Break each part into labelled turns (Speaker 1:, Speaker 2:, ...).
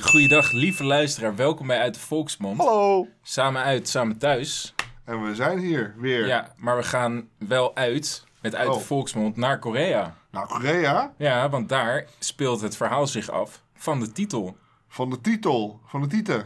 Speaker 1: goeiedag, lieve luisteraar. Welkom bij Uit de Volksmond.
Speaker 2: Hallo!
Speaker 1: Samen uit, samen thuis.
Speaker 2: En we zijn hier weer.
Speaker 1: Ja, maar we gaan wel uit met Uit
Speaker 2: Oh.
Speaker 1: de Volksmond naar Korea.
Speaker 2: Nou, Korea,
Speaker 1: Ja, want daar speelt het verhaal zich af van de titel.
Speaker 2: van de titel, van de titel.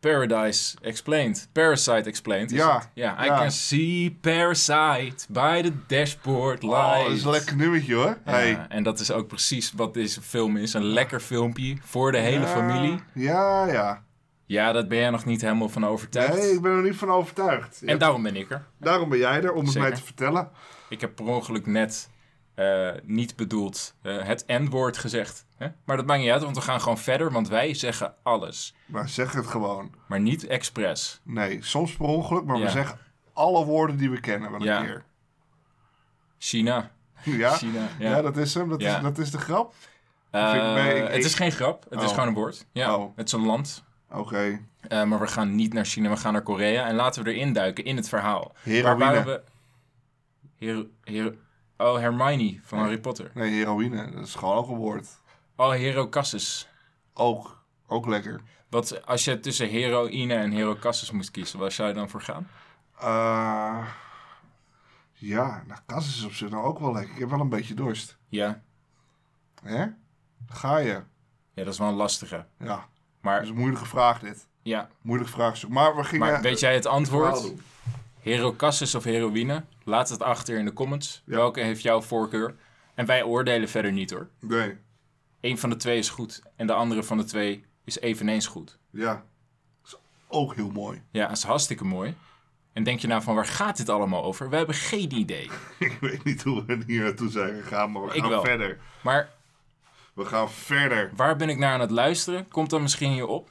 Speaker 1: Paradise Explained. Parasite Explained. is
Speaker 2: Ja,
Speaker 1: het? ja. I
Speaker 2: ja.
Speaker 1: can see Parasite by the dashboard light.
Speaker 2: Oh, dat is een lekker nummertje hoor.
Speaker 1: Ja,
Speaker 2: Hey.
Speaker 1: En dat is ook precies wat deze film is. Een lekker filmpje voor de hele familie.
Speaker 2: Ja, ja.
Speaker 1: Ja, dat ben jij nog niet helemaal van overtuigd.
Speaker 2: Nee, ik ben er niet van overtuigd. Je
Speaker 1: En
Speaker 2: hebt-
Speaker 1: daarom ben ik er.
Speaker 2: daarom ben jij er, om het
Speaker 1: Zeker.
Speaker 2: mij te vertellen.
Speaker 1: Ik heb per ongeluk net eh, niet bedoeld eh, het N-woord gezegd. Hè? Maar dat maakt niet uit, want we gaan gewoon verder, want wij zeggen alles.
Speaker 2: Maar zeg het gewoon.
Speaker 1: Maar niet expres.
Speaker 2: Nee, soms per ongeluk, maar
Speaker 1: Ja.
Speaker 2: we zeggen alle woorden die we kennen wel een
Speaker 1: Ja.
Speaker 2: keer.
Speaker 1: China.
Speaker 2: Ja?
Speaker 1: China, ja.
Speaker 2: ja. dat is hem. Dat,
Speaker 1: Ja.
Speaker 2: is, dat is de grap.
Speaker 1: Eh,
Speaker 2: ik- ben ik-
Speaker 1: het is
Speaker 2: ik-
Speaker 1: geen grap, het is
Speaker 2: Oh.
Speaker 1: gewoon een woord. Ja,
Speaker 2: Oh.
Speaker 1: Het is een land.
Speaker 2: Oké.
Speaker 1: Eh, maar we gaan niet naar China, we gaan naar Korea. En laten we erin duiken, in het verhaal.
Speaker 2: Heroïne.
Speaker 1: Waar waren we... Her, her, oh, Hermione van Harry Potter.
Speaker 2: Nee, heroïne. Dat is gewoon ook een woord.
Speaker 1: Oh, Herocassus.
Speaker 2: Ook. Ook lekker.
Speaker 1: Wat, als je tussen heroïne en Herocassus moest kiezen, waar zou je dan voor gaan?
Speaker 2: Eh, ja, nou, kas is op zich nou ook wel lekker. Ik heb wel een beetje dorst.
Speaker 1: Ja,
Speaker 2: Hè? Ga je?
Speaker 1: ja dat is wel een lastige.
Speaker 2: Ja, dat
Speaker 1: Maar
Speaker 2: is een moeilijke vraag dit.
Speaker 1: ja,
Speaker 2: Moeilijke vraagstuk. Maar we gingen...
Speaker 1: maar weet jij het antwoord?
Speaker 2: verhaal doen.
Speaker 1: Herocassus of heroïne? Laat het achter in de comments.
Speaker 2: Ja.
Speaker 1: Welke heeft jouw voorkeur? En wij oordelen verder niet hoor.
Speaker 2: Nee,
Speaker 1: Eén van de twee is goed en de andere van de twee is eveneens goed.
Speaker 2: ja. Dat is ook heel mooi.
Speaker 1: Ja, dat is hartstikke mooi. En denk je nou van waar gaat dit allemaal over? We hebben geen idee.
Speaker 2: Ik weet niet hoe we hier naartoe zijn gegaan, maar we
Speaker 1: Ik
Speaker 2: gaan
Speaker 1: wel.
Speaker 2: verder.
Speaker 1: Maar
Speaker 2: We gaan verder.
Speaker 1: waar ben ik naar aan het luisteren? Komt dan misschien hier op?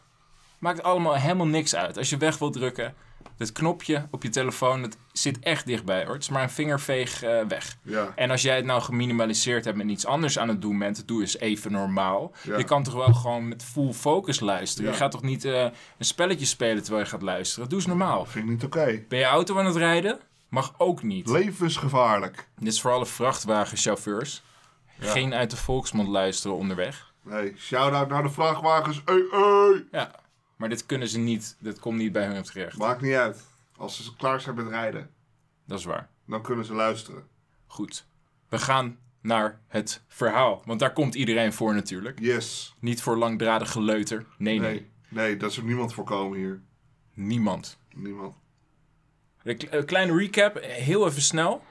Speaker 1: Maakt allemaal helemaal niks uit. Als je weg wilt drukken, dat knopje op je telefoon, dat zit echt dichtbij hoor. Het is maar een vingerveeg eh, weg.
Speaker 2: Ja.
Speaker 1: En als jij het nou geminimaliseerd hebt en iets anders aan het doen bent, doe eens even normaal.
Speaker 2: Ja.
Speaker 1: Je kan toch wel gewoon met full focus luisteren.
Speaker 2: Ja.
Speaker 1: Je gaat toch niet eh, een spelletje spelen terwijl je gaat luisteren. Doe eens normaal.
Speaker 2: Vind ik niet oké.
Speaker 1: Ben je auto aan het rijden? Mag ook niet.
Speaker 2: Levensgevaarlijk.
Speaker 1: Dit is voor alle vrachtwagenchauffeurs. Geen uit de volksmond luisteren onderweg.
Speaker 2: Nee, shout-out naar de vrachtwagens. Hey, hey.
Speaker 1: Ja, maar dit kunnen ze niet. Dit komt niet bij hun terecht.
Speaker 2: Maakt niet uit. Als ze klaar zijn met rijden,
Speaker 1: Dat is waar.
Speaker 2: dan kunnen ze luisteren.
Speaker 1: Goed. We gaan naar het verhaal. Want daar komt iedereen voor natuurlijk.
Speaker 2: Yes.
Speaker 1: Niet voor langdradig geleuter. Nee, nee.
Speaker 2: Nee, nee, dat is ook niemand voorkomen hier.
Speaker 1: Niemand.
Speaker 2: Niemand.
Speaker 1: Een kle- een kleine recap, heel even snel.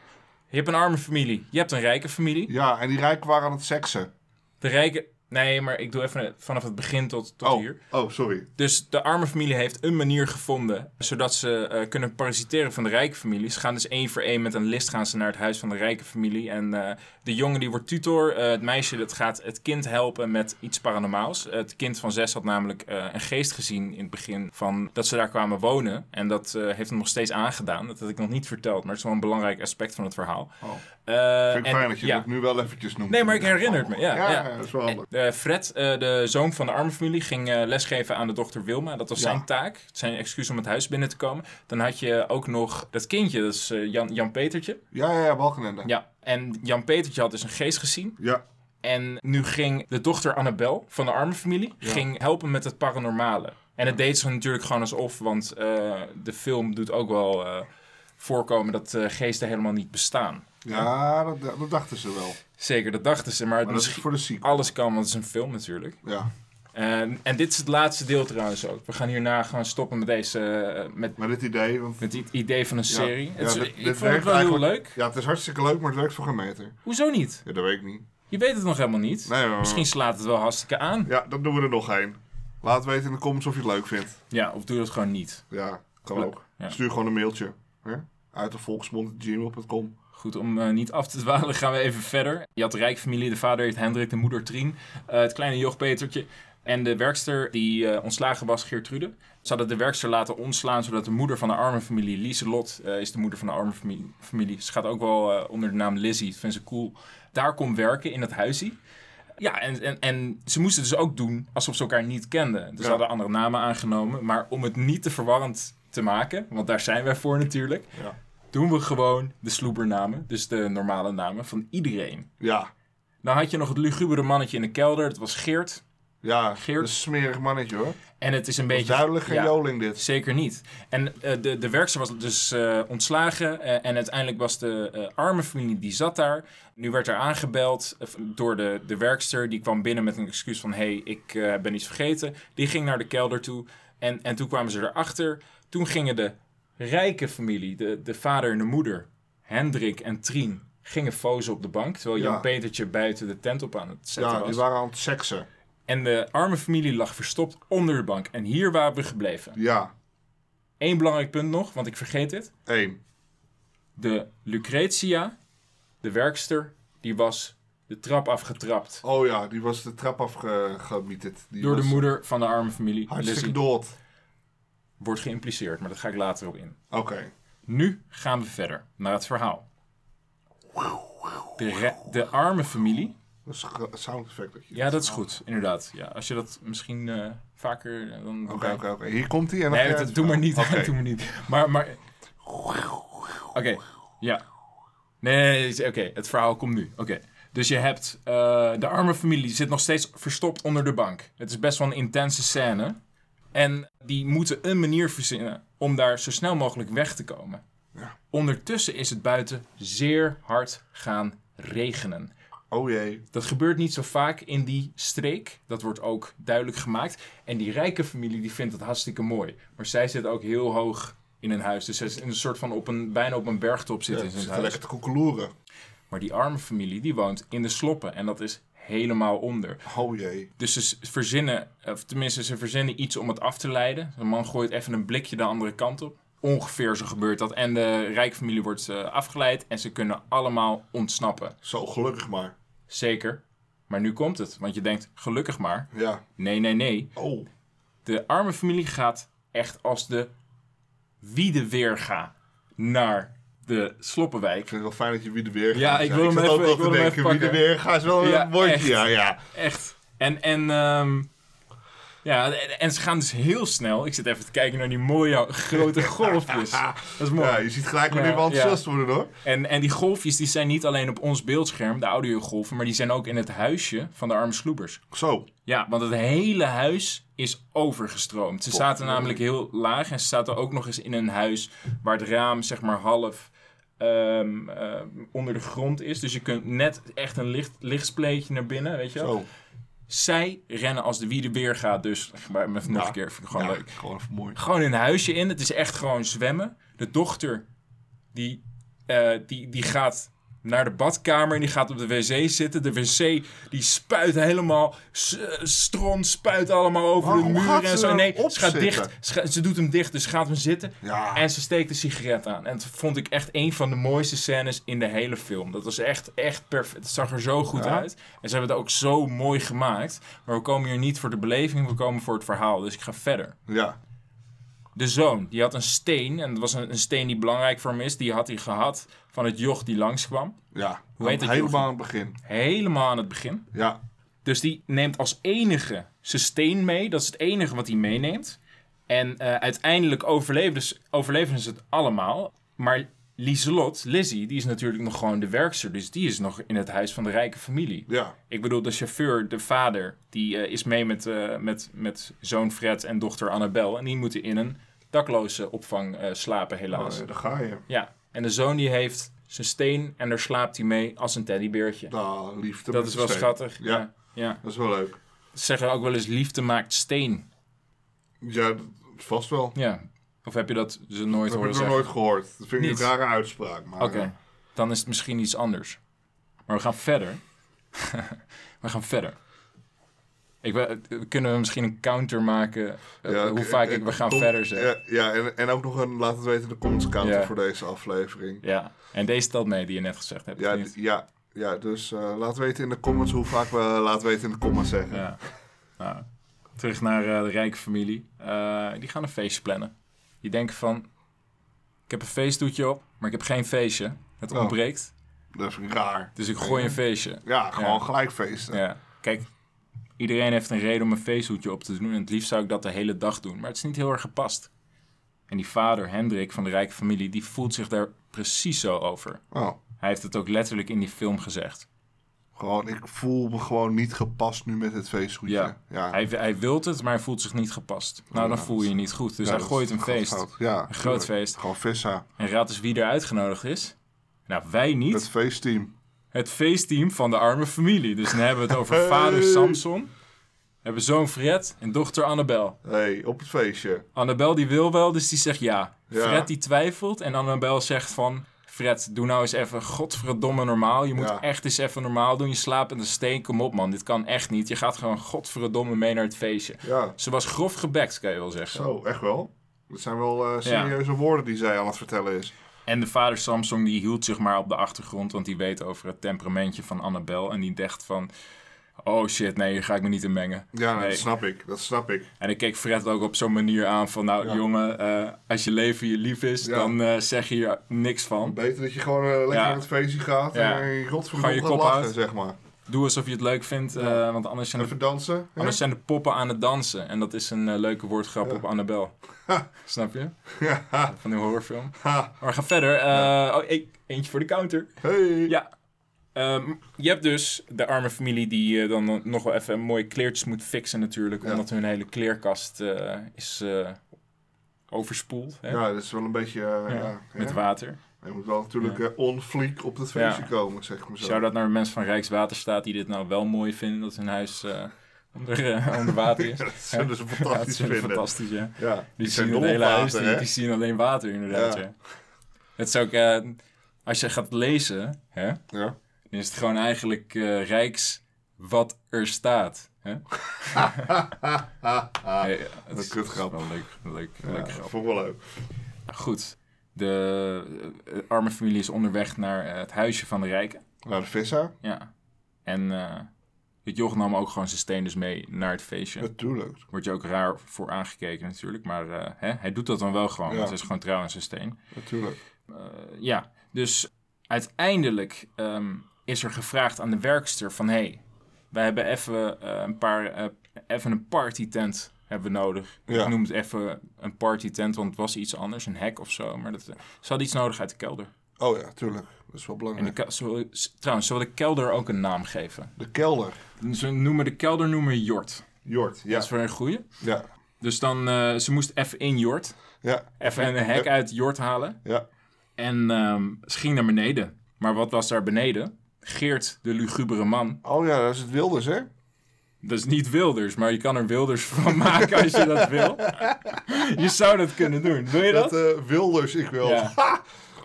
Speaker 1: Je hebt een arme familie, je hebt een rijke familie.
Speaker 2: Ja, en die rijken waren aan het seksen.
Speaker 1: De rijke... Nee, maar ik doe even vanaf het begin tot, tot
Speaker 2: Oh,
Speaker 1: hier.
Speaker 2: oh, sorry.
Speaker 1: Dus de arme familie heeft een manier gevonden... zodat ze eh, kunnen parasiteren van de rijke familie. Ze gaan dus één voor één met een list gaan ze naar het huis van de rijke familie. En eh, de jongen die wordt tutor. eh, het meisje dat gaat het kind helpen met iets paranormaals. Eh, het kind van zes had namelijk eh, een geest gezien in het begin... van dat ze daar kwamen wonen. En dat eh, heeft hem nog steeds aangedaan. Dat had ik nog niet verteld, maar het is wel een belangrijk aspect van het verhaal.
Speaker 2: Oh,
Speaker 1: Eh,
Speaker 2: vind ik
Speaker 1: en-
Speaker 2: fijn dat je
Speaker 1: ja.
Speaker 2: dat nu wel eventjes noemt.
Speaker 1: Nee, maar ik herinner het me, ja,
Speaker 2: ja,
Speaker 1: ja.
Speaker 2: dat is wel handig.
Speaker 1: Eh, Fred, eh, de zoon van de arme familie, ging eh, lesgeven aan de dochter Wilma. Dat was
Speaker 2: Ja.
Speaker 1: zijn taak, zijn excuus om het huis binnen te komen. Dan had je ook nog dat kindje, dat is eh, Jan, Jan Petertje.
Speaker 2: Ja, ja, ja, Balkenende. Ja.
Speaker 1: Ja, en Jan Petertje had dus een geest gezien.
Speaker 2: ja.
Speaker 1: En nu ging de dochter Annabel van de arme familie ging helpen met het paranormale. En dat deed ze natuurlijk gewoon alsof, want eh, de film doet ook wel eh, voorkomen dat eh, geesten helemaal niet bestaan.
Speaker 2: dat, dat dachten ze wel.
Speaker 1: Zeker, dat dachten ze, maar,
Speaker 2: Maar dat is
Speaker 1: misschien
Speaker 2: voor de sequel.
Speaker 1: alles kan, want het is een film natuurlijk.
Speaker 2: Ja.
Speaker 1: Ehm, En, en dit is het laatste deel trouwens ook. We gaan hierna gaan stoppen met deze. eh, met,
Speaker 2: Met dit idee, want...
Speaker 1: met dit idee van een serie.
Speaker 2: ja,
Speaker 1: Het is-
Speaker 2: dit-
Speaker 1: ik
Speaker 2: dit
Speaker 1: vond het
Speaker 2: werkt
Speaker 1: wel heel
Speaker 2: eigenlijk-
Speaker 1: leuk.
Speaker 2: Ja, het is hartstikke leuk, maar het werkt voor geen meter.
Speaker 1: Hoezo niet?
Speaker 2: Ja, dat weet ik niet.
Speaker 1: Je weet het nog helemaal niet.
Speaker 2: Nee, maar...
Speaker 1: Misschien slaat het wel hartstikke aan.
Speaker 2: Ja, dan doen we er nog één. Laat weten in de comments of je het leuk vindt.
Speaker 1: Ja, of doe dat gewoon niet.
Speaker 2: Ja, kan ook.
Speaker 1: Ja.
Speaker 2: Stuur gewoon een mailtje. Hè? Uit de volksmond.gmail.com.
Speaker 1: Goed, om eh, niet af te dwalen gaan we even verder. Je had de rijkfamilie, de vader heet Hendrik, de moeder Trien, eh, het kleine joch Petertje en de werkster die eh, ontslagen was, Geertrude. Ze hadden de werkster laten ontslaan, zodat de moeder van de arme familie, Lieselot, eh, is de moeder van de arme familie. familie. Ze gaat ook wel eh, onder de naam Lizzie, dat vindt ze cool. Daar kon werken in het huisje. Ja, en, en, en ze moesten dus ook doen alsof ze elkaar niet kenden. Dus ze
Speaker 2: Ja.
Speaker 1: hadden andere namen aangenomen. Maar om het niet te verwarrend te maken, want daar zijn wij voor natuurlijk,
Speaker 2: Ja.
Speaker 1: doen we gewoon de sloebernamen, dus de normale namen van iedereen. Nou
Speaker 2: Ja,
Speaker 1: Dan had je nog het lugubere mannetje in de kelder, dat was Geert.
Speaker 2: Ja,
Speaker 1: Geert.
Speaker 2: een smerig mannetje hoor.
Speaker 1: En het is een
Speaker 2: Beetje,
Speaker 1: beetje...
Speaker 2: duidelijk geen
Speaker 1: ja.
Speaker 2: joling dit.
Speaker 1: Zeker niet. En eh, de, de werkster was dus eh, ontslagen. eh, en uiteindelijk was de eh, arme familie die zat daar. Nu werd er aangebeld eh, door de, de werkster. Die kwam binnen met een excuus van: hé, hey, ik eh, ben iets vergeten. Die ging naar de kelder toe. En, en toen kwamen ze erachter. Toen gingen de rijke familie, de, de vader en de moeder, Hendrik en Trien, gingen fozen op de bank. Terwijl
Speaker 2: Ja.
Speaker 1: Jan Petertje buiten de tent op aan het zetten
Speaker 2: Ja, die
Speaker 1: was.
Speaker 2: waren aan het seksen.
Speaker 1: En de arme familie lag verstopt onder de bank. En hier waren we gebleven.
Speaker 2: Ja,
Speaker 1: Eén belangrijk punt nog, want ik vergeet dit.
Speaker 2: één.
Speaker 1: De Lucretia, de werkster, die was de trap afgetrapt
Speaker 2: Oh ja, die was de trap afgemieterd. Die
Speaker 1: door de
Speaker 2: was
Speaker 1: moeder van de arme familie.
Speaker 2: Hartstikke
Speaker 1: Lizzie
Speaker 2: dood.
Speaker 1: wordt geïmpliceerd, maar daar ga ik later op in.
Speaker 2: Oké.
Speaker 1: Nu gaan we verder naar het verhaal. De, re- de arme familie.
Speaker 2: Dat is een sound effect. dat je-
Speaker 1: Ja, dat is goed, inderdaad. Ja, als je dat misschien eh, vaker eh, dan.
Speaker 2: Oké, oké, oké. Hier komt hij en dan
Speaker 1: Nee,
Speaker 2: ga
Speaker 1: dat,
Speaker 2: jij
Speaker 1: doe maar
Speaker 2: het
Speaker 1: niet.
Speaker 2: verhaal. eh, Oké.
Speaker 1: doe maar niet. Maar, maar... Oké, ja. Nee, nee, nee, oké, het verhaal komt nu. Oké, dus je hebt... eh, de arme familie zit nog steeds verstopt onder de bank. Het is best wel een intense scène. En die moeten een manier verzinnen om daar zo snel mogelijk weg te komen. Ondertussen is het buiten zeer hard gaan regenen.
Speaker 2: Oh jee.
Speaker 1: Dat gebeurt niet zo vaak in die streek. Dat wordt ook duidelijk gemaakt. En die rijke familie die vindt dat hartstikke mooi. Maar zij zit ook heel hoog in een huis. Dus ze is in een soort van op een, bijna op een bergtop
Speaker 2: Ja,
Speaker 1: zit in
Speaker 2: ze
Speaker 1: zijn
Speaker 2: zitten
Speaker 1: huis.
Speaker 2: lekker te koekeloeren.
Speaker 1: Maar die arme familie die woont in de sloppen. En dat is helemaal onder.
Speaker 2: Oh jee.
Speaker 1: Dus ze s- verzinnen, of tenminste ze verzinnen iets om het af te leiden. De man gooit even een blikje de andere kant op. Ongeveer zo gebeurt dat. En de rijke familie wordt eh, afgeleid. En ze kunnen allemaal ontsnappen.
Speaker 2: Zo gelukkig maar.
Speaker 1: Zeker. Maar nu komt het. Want je denkt, gelukkig maar.
Speaker 2: Ja.
Speaker 1: Nee, nee, nee.
Speaker 2: Oh.
Speaker 1: De arme familie gaat echt als de wiedeweerga naar de
Speaker 2: Ik
Speaker 1: Sloppenwijk.
Speaker 2: vind het wel fijn dat je wie de weer gaat.
Speaker 1: Ja, ik wil hem
Speaker 2: zat
Speaker 1: even-
Speaker 2: ook al
Speaker 1: ik
Speaker 2: te
Speaker 1: wil hem
Speaker 2: denken,
Speaker 1: even
Speaker 2: Wie de
Speaker 1: pakken.
Speaker 2: weer gaat is wel
Speaker 1: Ja,
Speaker 2: een mooi.
Speaker 1: echt.
Speaker 2: Ja, ja.
Speaker 1: Echt. En, en, ehm, ja, en- en ze gaan dus heel snel. Ik zit even te kijken naar die mooie grote golfjes. Dat is mooi.
Speaker 2: Ja, je ziet gelijk wanneer we
Speaker 1: Ja,
Speaker 2: enthousiast worden hoor.
Speaker 1: En, en die golfjes die zijn niet alleen op ons beeldscherm, de audiogolven, maar die zijn ook in het huisje van de arme sloebers.
Speaker 2: Zo.
Speaker 1: Ja, want het hele huis is overgestroomd. Ze zaten namelijk heel laag en ze zaten ook nog eens in een huis waar het raam zeg maar half ehm, ehm, onder de grond is. Dus je kunt net echt een licht, lichtspleetje naar binnen, weet je wel.
Speaker 2: Zo.
Speaker 1: Zij rennen als de wie de weer gaat, dus maar met nog
Speaker 2: Ja.
Speaker 1: een keer vind ik gewoon
Speaker 2: Ja,
Speaker 1: leuk.
Speaker 2: Gewoon even mooi.
Speaker 1: Gewoon een huisje in, het is echt gewoon zwemmen. De dochter, die, eh, die, die gaat naar de badkamer en die gaat op de wc zitten. De wc, die spuit helemaal, s- eh, stron spuit allemaal over de
Speaker 2: Waarom gaat
Speaker 1: muren
Speaker 2: ze
Speaker 1: en zo. Nee,
Speaker 2: erop
Speaker 1: ze gaat
Speaker 2: zitten?
Speaker 1: dicht, ze, gaat- ze doet hem dicht, dus ze gaat hem zitten.
Speaker 2: Ja.
Speaker 1: En ze steekt een sigaret aan. En dat vond ik echt een van de mooiste scènes in de hele film. Dat was echt, echt perfect. Het zag er zo goed
Speaker 2: Ja.
Speaker 1: uit. En ze hebben het ook zo mooi gemaakt. Maar we komen hier niet voor de beleving, we komen voor het verhaal. Dus ik ga verder.
Speaker 2: Ja.
Speaker 1: De zoon, die had een steen. En dat was een, een steen die belangrijk voor hem is. Die had hij gehad van het joch die langskwam.
Speaker 2: Ja.
Speaker 1: Hoe heet het,
Speaker 2: Helemaal aan het begin.
Speaker 1: Helemaal aan het begin.
Speaker 2: Ja.
Speaker 1: Dus die neemt als enige zijn steen mee. Dat is het enige wat hij meeneemt. En eh, uiteindelijk overleven ze, overleven ze het allemaal. Maar Lieselot, Lizzie, die is natuurlijk nog gewoon de werkster. Dus die is nog in het huis van de rijke familie.
Speaker 2: Ja.
Speaker 1: Ik bedoel, de chauffeur, de vader, die eh, is mee met, eh, met, met zoon Fred en dochter Annabel. En die moeten in een dakloze opvang eh, slapen,
Speaker 2: Nou,
Speaker 1: helaas.
Speaker 2: eh, daar ga je.
Speaker 1: Ja, en de zoon die heeft zijn steen en daar slaapt hij mee als een teddybeertje.
Speaker 2: Nou, liefde.
Speaker 1: Dat
Speaker 2: met
Speaker 1: is
Speaker 2: de
Speaker 1: wel
Speaker 2: steen.
Speaker 1: schattig.
Speaker 2: Ja.
Speaker 1: Ja. ja.
Speaker 2: Dat is wel leuk.
Speaker 1: Ze zeggen ook wel eens liefde maakt steen.
Speaker 2: Ja, dat- vast wel.
Speaker 1: Ja. Of heb je dat ze nooit
Speaker 2: Dat heb
Speaker 1: horen
Speaker 2: ik nog
Speaker 1: zeggen?
Speaker 2: nooit gehoord. Dat vind ik
Speaker 1: Niet.
Speaker 2: een rare uitspraak. Maar, eh,
Speaker 1: Oké, dan is het misschien iets anders. Maar we gaan verder. we gaan verder. Ik, we, eh, kunnen we misschien een counter maken eh,
Speaker 2: Ja,
Speaker 1: hoe
Speaker 2: oké,
Speaker 1: vaak
Speaker 2: eh,
Speaker 1: ik we gaan
Speaker 2: kom-
Speaker 1: verder zeg.
Speaker 2: Ja, ja en, en ook nog een laat het weten in de comments counter
Speaker 1: Ja.
Speaker 2: voor deze aflevering.
Speaker 1: Ja, en deze telt mee die je net gezegd hebt.
Speaker 2: Ja,
Speaker 1: of niet?
Speaker 2: d- ja, ja dus eh, laat weten in de comments hoe vaak we laat weten in de comments zeggen.
Speaker 1: ja. Nou, terug naar eh, de rijke familie. Eh, die gaan een feestje plannen. Die denken van, ik heb een feestdoetje op, maar ik heb geen feestje. Het
Speaker 2: Oh.
Speaker 1: ontbreekt,
Speaker 2: Dat is raar.
Speaker 1: dus ik gooi een feestje.
Speaker 2: Ja, gewoon
Speaker 1: Ja.
Speaker 2: gelijk feesten.
Speaker 1: Ja. Kijk, iedereen heeft een reden om een feesthoedje op te doen. En het liefst zou ik dat de hele dag doen. Maar het is niet heel erg gepast. En die vader, Hendrik, van de rijke familie, die voelt zich daar precies zo over.
Speaker 2: Oh,
Speaker 1: Hij heeft het ook letterlijk in die film gezegd.
Speaker 2: Gewoon, ik voel me gewoon niet gepast nu met het feestgoedje.
Speaker 1: Ja. Hij, hij wilt het, maar hij voelt zich niet gepast. Nou,
Speaker 2: Ja,
Speaker 1: dan voel je je niet goed. Dus
Speaker 2: Ja,
Speaker 1: hij
Speaker 2: dat
Speaker 1: gooit
Speaker 2: is
Speaker 1: een
Speaker 2: gewoon
Speaker 1: feest.
Speaker 2: fout. Ja,
Speaker 1: Een groot
Speaker 2: tuurlijk.
Speaker 1: feest.
Speaker 2: Gewoon Vessa.
Speaker 1: En raad eens wie er uitgenodigd is. Nou, wij niet.
Speaker 2: Het
Speaker 1: Het,
Speaker 2: feestteam.
Speaker 1: feestteam van de arme familie. Dus dan hebben we het over
Speaker 2: Hey.
Speaker 1: vader Samson. Hebben zoon Fred en dochter Annabel.
Speaker 2: hey, op het feestje.
Speaker 1: Annabel die wil wel, dus die zegt ja.
Speaker 2: Ja.
Speaker 1: Fred die twijfelt en Annabel zegt van... Fred, doe nou eens even godverdomme normaal. Je moet
Speaker 2: Ja.
Speaker 1: echt eens even normaal doen. Je slaapt in de steen. Kom op man, dit kan echt niet. Je gaat gewoon godverdomme mee naar het feestje.
Speaker 2: Ja,
Speaker 1: Ze was grof gebekt, kan je wel zeggen.
Speaker 2: zo, echt wel. Dat zijn wel eh, serieuze woorden die zij aan het vertellen is.
Speaker 1: En de vader Samsung die hield zich maar op de achtergrond, want die weet over het temperamentje van Annabel. En die dacht van, oh shit, nee, hier ga ik me niet in mengen.
Speaker 2: Ja,
Speaker 1: Nee.
Speaker 2: dat snap ik. Dat snap ik.
Speaker 1: En ik keek Fred ook op zo'n manier aan van, nou
Speaker 2: Ja.
Speaker 1: jongen, eh, als je leven je lief is,
Speaker 2: Ja.
Speaker 1: dan eh, zeg je hier niks van.
Speaker 2: Beter dat je gewoon eh, lekker
Speaker 1: Ja.
Speaker 2: naar het feestje gaat
Speaker 1: Ja.
Speaker 2: en
Speaker 1: Gewoon
Speaker 2: je
Speaker 1: je
Speaker 2: godverdomme gaat
Speaker 1: kop
Speaker 2: lachen,
Speaker 1: uit.
Speaker 2: zeg maar.
Speaker 1: Doe alsof je het leuk vindt, eh, want anders zijn, de,
Speaker 2: Even dansen. hè?
Speaker 1: anders zijn de poppen aan het dansen. En dat is een eh, leuke woordgrap
Speaker 2: Ja.
Speaker 1: op Annabel. Snap je?
Speaker 2: Ja,
Speaker 1: Van die horrorfilm.
Speaker 2: ha,
Speaker 1: Maar we gaan verder. Eh, Oh, e- eentje voor de counter.
Speaker 2: hey.
Speaker 1: Ja. Ehm, je hebt dus de arme familie die eh, dan nog wel even mooie kleertjes moet fixen natuurlijk.
Speaker 2: Ja.
Speaker 1: Omdat hun hele kleerkast eh, is eh, overspoeld hè,
Speaker 2: Ja, dat is wel een beetje...
Speaker 1: Ja,
Speaker 2: eh, ja,
Speaker 1: met
Speaker 2: ja.
Speaker 1: water.
Speaker 2: Je moet wel natuurlijk eh on fleek op het feestje komen, zeg maar zo.
Speaker 1: Zou dat naar de mensen van Rijkswaterstaat die dit nou wel mooi vinden dat hun huis eh, onder, eh, onder water is?
Speaker 2: Ja, dat zullen ze
Speaker 1: Ja, dat
Speaker 2: fantastisch
Speaker 1: is
Speaker 2: vinden.
Speaker 1: fantastisch, ja.
Speaker 2: Ja,
Speaker 1: Die,
Speaker 2: die zijn
Speaker 1: zien het
Speaker 2: dol op
Speaker 1: hele huis,
Speaker 2: water,
Speaker 1: die,
Speaker 2: hè?
Speaker 1: die zien alleen water inderdaad.
Speaker 2: Ja.
Speaker 1: ja. Het is ook, eh, als je gaat lezen, hè,
Speaker 2: Ja.
Speaker 1: dan is het gewoon eigenlijk eh, Rijks wat er staat. Hè?
Speaker 2: Ah,
Speaker 1: Nee, het
Speaker 2: een
Speaker 1: is-
Speaker 2: kutgrap.
Speaker 1: het is wel leuk, leuk,
Speaker 2: ja,
Speaker 1: leuk grap.
Speaker 2: vond ik wel leuk.
Speaker 1: Goed. De eh, arme familie is onderweg naar eh, het huisje van de rijken.
Speaker 2: Nou, de vissa?
Speaker 1: Ja. En eh, het joch nam ook gewoon zijn steen dus mee naar het feestje.
Speaker 2: Natuurlijk.
Speaker 1: Wordt je ook raar voor aangekeken natuurlijk. Maar eh, hè, hij doet dat dan wel gewoon.
Speaker 2: Ja.
Speaker 1: Want hij is gewoon trouw aan zijn steen.
Speaker 2: Natuurlijk.
Speaker 1: Eh, ja. Dus uiteindelijk ehm, is er gevraagd aan de werkster van... hey, wij hebben even eh, een paar... eh, even een partytent hebben we nodig.
Speaker 2: Ja.
Speaker 1: Ik noem het even een partytent, want het was iets anders, een hek of zo. Maar dat, eh, ze hadden iets nodig uit de kelder.
Speaker 2: Oh ja, tuurlijk. Dat is wel
Speaker 1: En de
Speaker 2: belangrijk.
Speaker 1: ke- ze wil- s- trouwens, ze wilden de kelder ook een naam geven.
Speaker 2: De kelder.
Speaker 1: Ze noemen de kelder noemen Jort.
Speaker 2: Jort, ja.
Speaker 1: Dat is wel een goeie.
Speaker 2: Ja.
Speaker 1: Dus dan, eh, ze moest even in Jort.
Speaker 2: Ja.
Speaker 1: Even een hek uit Jort halen.
Speaker 2: Ja.
Speaker 1: En ehm, ze ging naar beneden. Maar wat was daar beneden? Geert, de lugubere man.
Speaker 2: Oh ja, dat is het Wilders, hè?
Speaker 1: Dat is niet Wilders, maar je kan er Wilders van maken als je dat wil. Je zou dat kunnen doen. Wil je dat?
Speaker 2: Dat eh, Wilders, ik wil.
Speaker 1: Ja.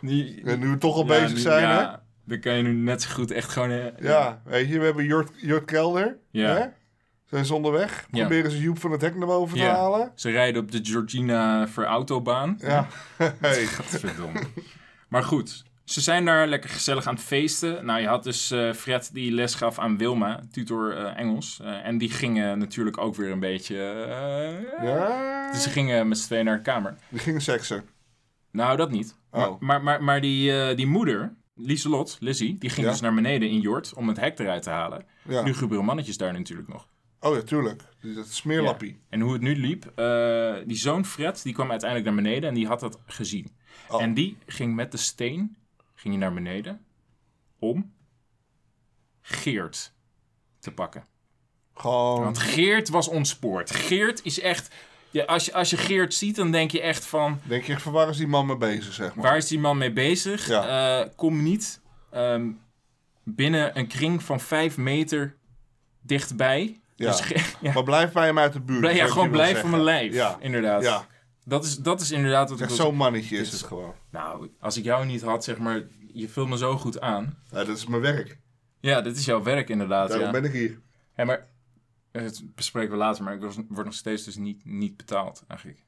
Speaker 1: Die-
Speaker 2: En nu we toch al
Speaker 1: Ja,
Speaker 2: bezig
Speaker 1: nu-
Speaker 2: zijn,
Speaker 1: ja,
Speaker 2: hè?
Speaker 1: Dan kan je nu net zo goed echt gewoon... eh,
Speaker 2: Ja, weet je, we hebben Jort, Jort Kelder.
Speaker 1: Ja.
Speaker 2: Hè? Zijn ze onderweg.
Speaker 1: Ja.
Speaker 2: Proberen ze Joep van het hek naar boven
Speaker 1: Ja.
Speaker 2: te halen.
Speaker 1: Ze rijden op de Georgina voor autobaan.
Speaker 2: Ja. Hey.
Speaker 1: Gadverdomme. maar goed, ze zijn daar lekker gezellig aan het feesten. Nou, je had dus eh, Fred die les gaf aan Wilma, tutor eh, Engels. Eh, en die gingen natuurlijk ook weer een beetje... eh,
Speaker 2: Ja.
Speaker 1: Dus ze gingen met z'n tweeën naar de kamer.
Speaker 2: Die gingen seksen.
Speaker 1: Nou, dat niet. Maar,
Speaker 2: Oh.
Speaker 1: maar, maar, maar die, eh, die moeder, Lieselot, Lizzie, die ging
Speaker 2: Ja.
Speaker 1: dus naar beneden in Jort om het hek eruit te halen.
Speaker 2: Ja.
Speaker 1: Nu gebeuren mannetjes daar natuurlijk nog.
Speaker 2: Oh ja, tuurlijk. Die- Dat smeerlappie.
Speaker 1: En hoe het nu liep, eh, die zoon Fred, die kwam uiteindelijk naar beneden en die had dat gezien.
Speaker 2: Oh.
Speaker 1: En die ging met de steen, ging je naar beneden, om Geert te pakken.
Speaker 2: Gewoon.
Speaker 1: Want Geert was ontspoord. Geert is echt, ja, als, je, als je Geert ziet, dan denk je echt van,
Speaker 2: Denk je echt van waar is die man mee bezig, zeg maar?
Speaker 1: waar is die man mee bezig?
Speaker 2: Ja.
Speaker 1: Eh, kom niet ehm, binnen een kring van vijf meter dichtbij.
Speaker 2: Ja.
Speaker 1: Dus Ge- ja.
Speaker 2: Maar blijf bij hem uit de buurt.
Speaker 1: Blij- ja,
Speaker 2: zou ik
Speaker 1: gewoon
Speaker 2: je
Speaker 1: blijf
Speaker 2: wel
Speaker 1: van mijn
Speaker 2: zeggen.
Speaker 1: lijf,
Speaker 2: Ja.
Speaker 1: inderdaad.
Speaker 2: Ja.
Speaker 1: Dat is, dat is inderdaad wat ik
Speaker 2: Echt
Speaker 1: wil
Speaker 2: zo'n mannetje is het gewoon.
Speaker 1: Nou, als ik jou niet had, zeg maar, je vult me zo goed aan.
Speaker 2: Ja, dat is mijn werk.
Speaker 1: Ja, dit is jouw werk inderdaad.
Speaker 2: Daarom
Speaker 1: Ja.
Speaker 2: ben ik hier.
Speaker 1: Hé, maar het bespreken we later, maar ik was- word nog steeds dus niet, niet betaald eigenlijk.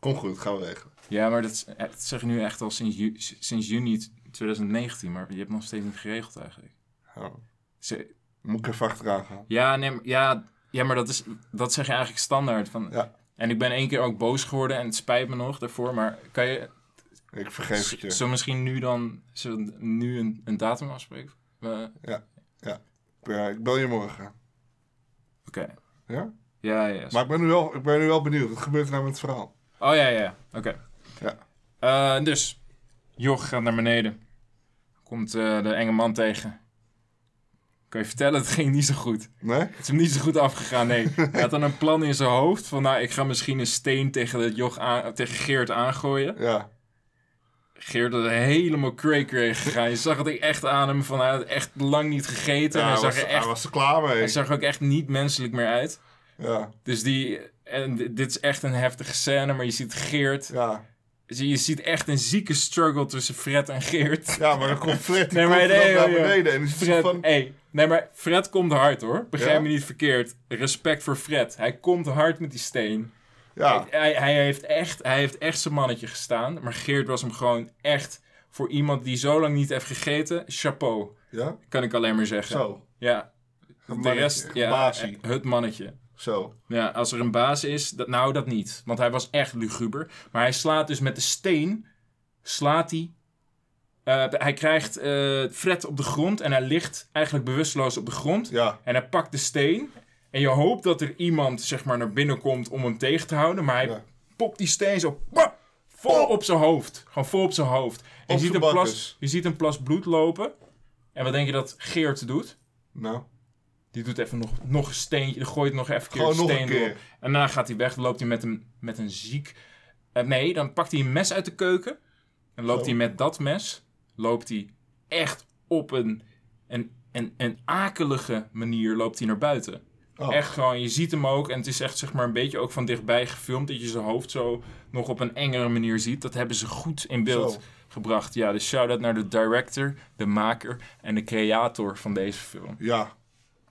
Speaker 2: Kom goed, gaan we regelen.
Speaker 1: Ja, maar dat, is- eh, dat zeg je nu echt al sinds, ju- sinds juni 2019, maar je hebt nog steeds niet geregeld eigenlijk.
Speaker 2: Ja.
Speaker 1: Ze-
Speaker 2: Moet ik even achteraan gaan.
Speaker 1: ja, nee, maar- ja, ja, maar dat, is, dat zeg je eigenlijk standaard. Van,
Speaker 2: Ja.
Speaker 1: En ik ben één keer ook boos geworden en het spijt me nog daarvoor, maar kan je,
Speaker 2: Ik vergeef het je.
Speaker 1: Zullen we misschien nu dan zullen we nu een, een datum afspreken? We- Oké.
Speaker 2: Ja, ik bel je morgen. Ja?
Speaker 1: Ja, ja. ja.
Speaker 2: Maar ik ben, nu wel, ik ben nu wel benieuwd. Wat gebeurt er nou met het verhaal?
Speaker 1: Oh ja, ja. Oké.
Speaker 2: Ja.
Speaker 1: Eh, dus, Joch gaat naar beneden. Komt eh, de enge man tegen. kan je vertellen, het ging niet zo goed.
Speaker 2: Nee?
Speaker 1: Het is hem niet zo goed afgegaan, nee. Hij had dan een plan in zijn hoofd van, nou, ik ga misschien een steen tegen, dat joch aan, tegen Geert aangooien.
Speaker 2: Ja.
Speaker 1: Geert had helemaal cray-cray gegaan. Je zag het echt aan hem, van, hij had echt lang niet gegeten.
Speaker 2: Ja,
Speaker 1: en hij,
Speaker 2: hij,
Speaker 1: zag
Speaker 2: was,
Speaker 1: er
Speaker 2: hij
Speaker 1: echt,
Speaker 2: was er klaar mee.
Speaker 1: hij zag er ook echt niet menselijk meer uit.
Speaker 2: Ja.
Speaker 1: Dus die, en d- dit is echt een heftige scène, maar je ziet Geert,
Speaker 2: Ja.
Speaker 1: je je ziet echt een zieke struggle tussen Fred en Geert.
Speaker 2: ja, maar dan komt Fred die
Speaker 1: Nee, maar
Speaker 2: komt dan
Speaker 1: nee,
Speaker 2: naar
Speaker 1: joh, joh.
Speaker 2: beneden. En is
Speaker 1: Fred,
Speaker 2: het van...
Speaker 1: hey, nee, maar Fred komt hard hoor. Begrijp
Speaker 2: Ja?
Speaker 1: me niet verkeerd. Respect voor Fred. Hij komt hard met die steen.
Speaker 2: Ja,
Speaker 1: Hij, hij, heeft echt, hij heeft echt zijn mannetje gestaan. Maar Geert was hem gewoon echt voor iemand die zo lang niet heeft gegeten. Chapeau,
Speaker 2: ja.
Speaker 1: kan ik alleen maar zeggen.
Speaker 2: Zo.
Speaker 1: Ja,
Speaker 2: Een
Speaker 1: de
Speaker 2: mannetje,
Speaker 1: rest,
Speaker 2: een
Speaker 1: ja,
Speaker 2: Basie.
Speaker 1: het mannetje.
Speaker 2: Zo.
Speaker 1: Ja, als er een baas is, dat, nou dat niet. Want hij was echt luguber. Maar hij slaat dus met de steen, slaat hij. eh, hij krijgt eh Fred op de grond en hij ligt eigenlijk bewusteloos op de grond.
Speaker 2: Ja.
Speaker 1: En hij pakt de steen. En je hoopt dat er iemand zeg maar naar binnen komt om hem tegen te houden. Maar hij
Speaker 2: Ja.
Speaker 1: popt die steen zo pap, vol op zijn hoofd. Gewoon vol op zijn hoofd. En
Speaker 2: Op
Speaker 1: je ziet, een
Speaker 2: zijn
Speaker 1: plas,
Speaker 2: bakkes.
Speaker 1: je ziet een plas bloed lopen. En wat denk je dat Geert doet?
Speaker 2: Nou.
Speaker 1: Die doet even nog, nog een steentje. Dan gooit nog even een keer
Speaker 2: Gewoon
Speaker 1: een
Speaker 2: nog
Speaker 1: steen
Speaker 2: een keer.
Speaker 1: erop. En daarna gaat hij weg. loopt hij met een, met een ziek... eh, nee, dan pakt hij een mes uit de keuken. En loopt
Speaker 2: Zo.
Speaker 1: hij met dat mes... Loopt hij echt op een, een, een, een akelige manier loopt hij naar buiten.
Speaker 2: Oh.
Speaker 1: Echt gewoon, je ziet hem ook. En het is echt zeg maar een beetje ook van dichtbij gefilmd. Dat je zijn hoofd zo nog op een engere manier ziet. Dat hebben ze goed in beeld
Speaker 2: Zo.
Speaker 1: gebracht. Ja, dus shout-out naar de director, de maker en de creator van deze film.
Speaker 2: Ja.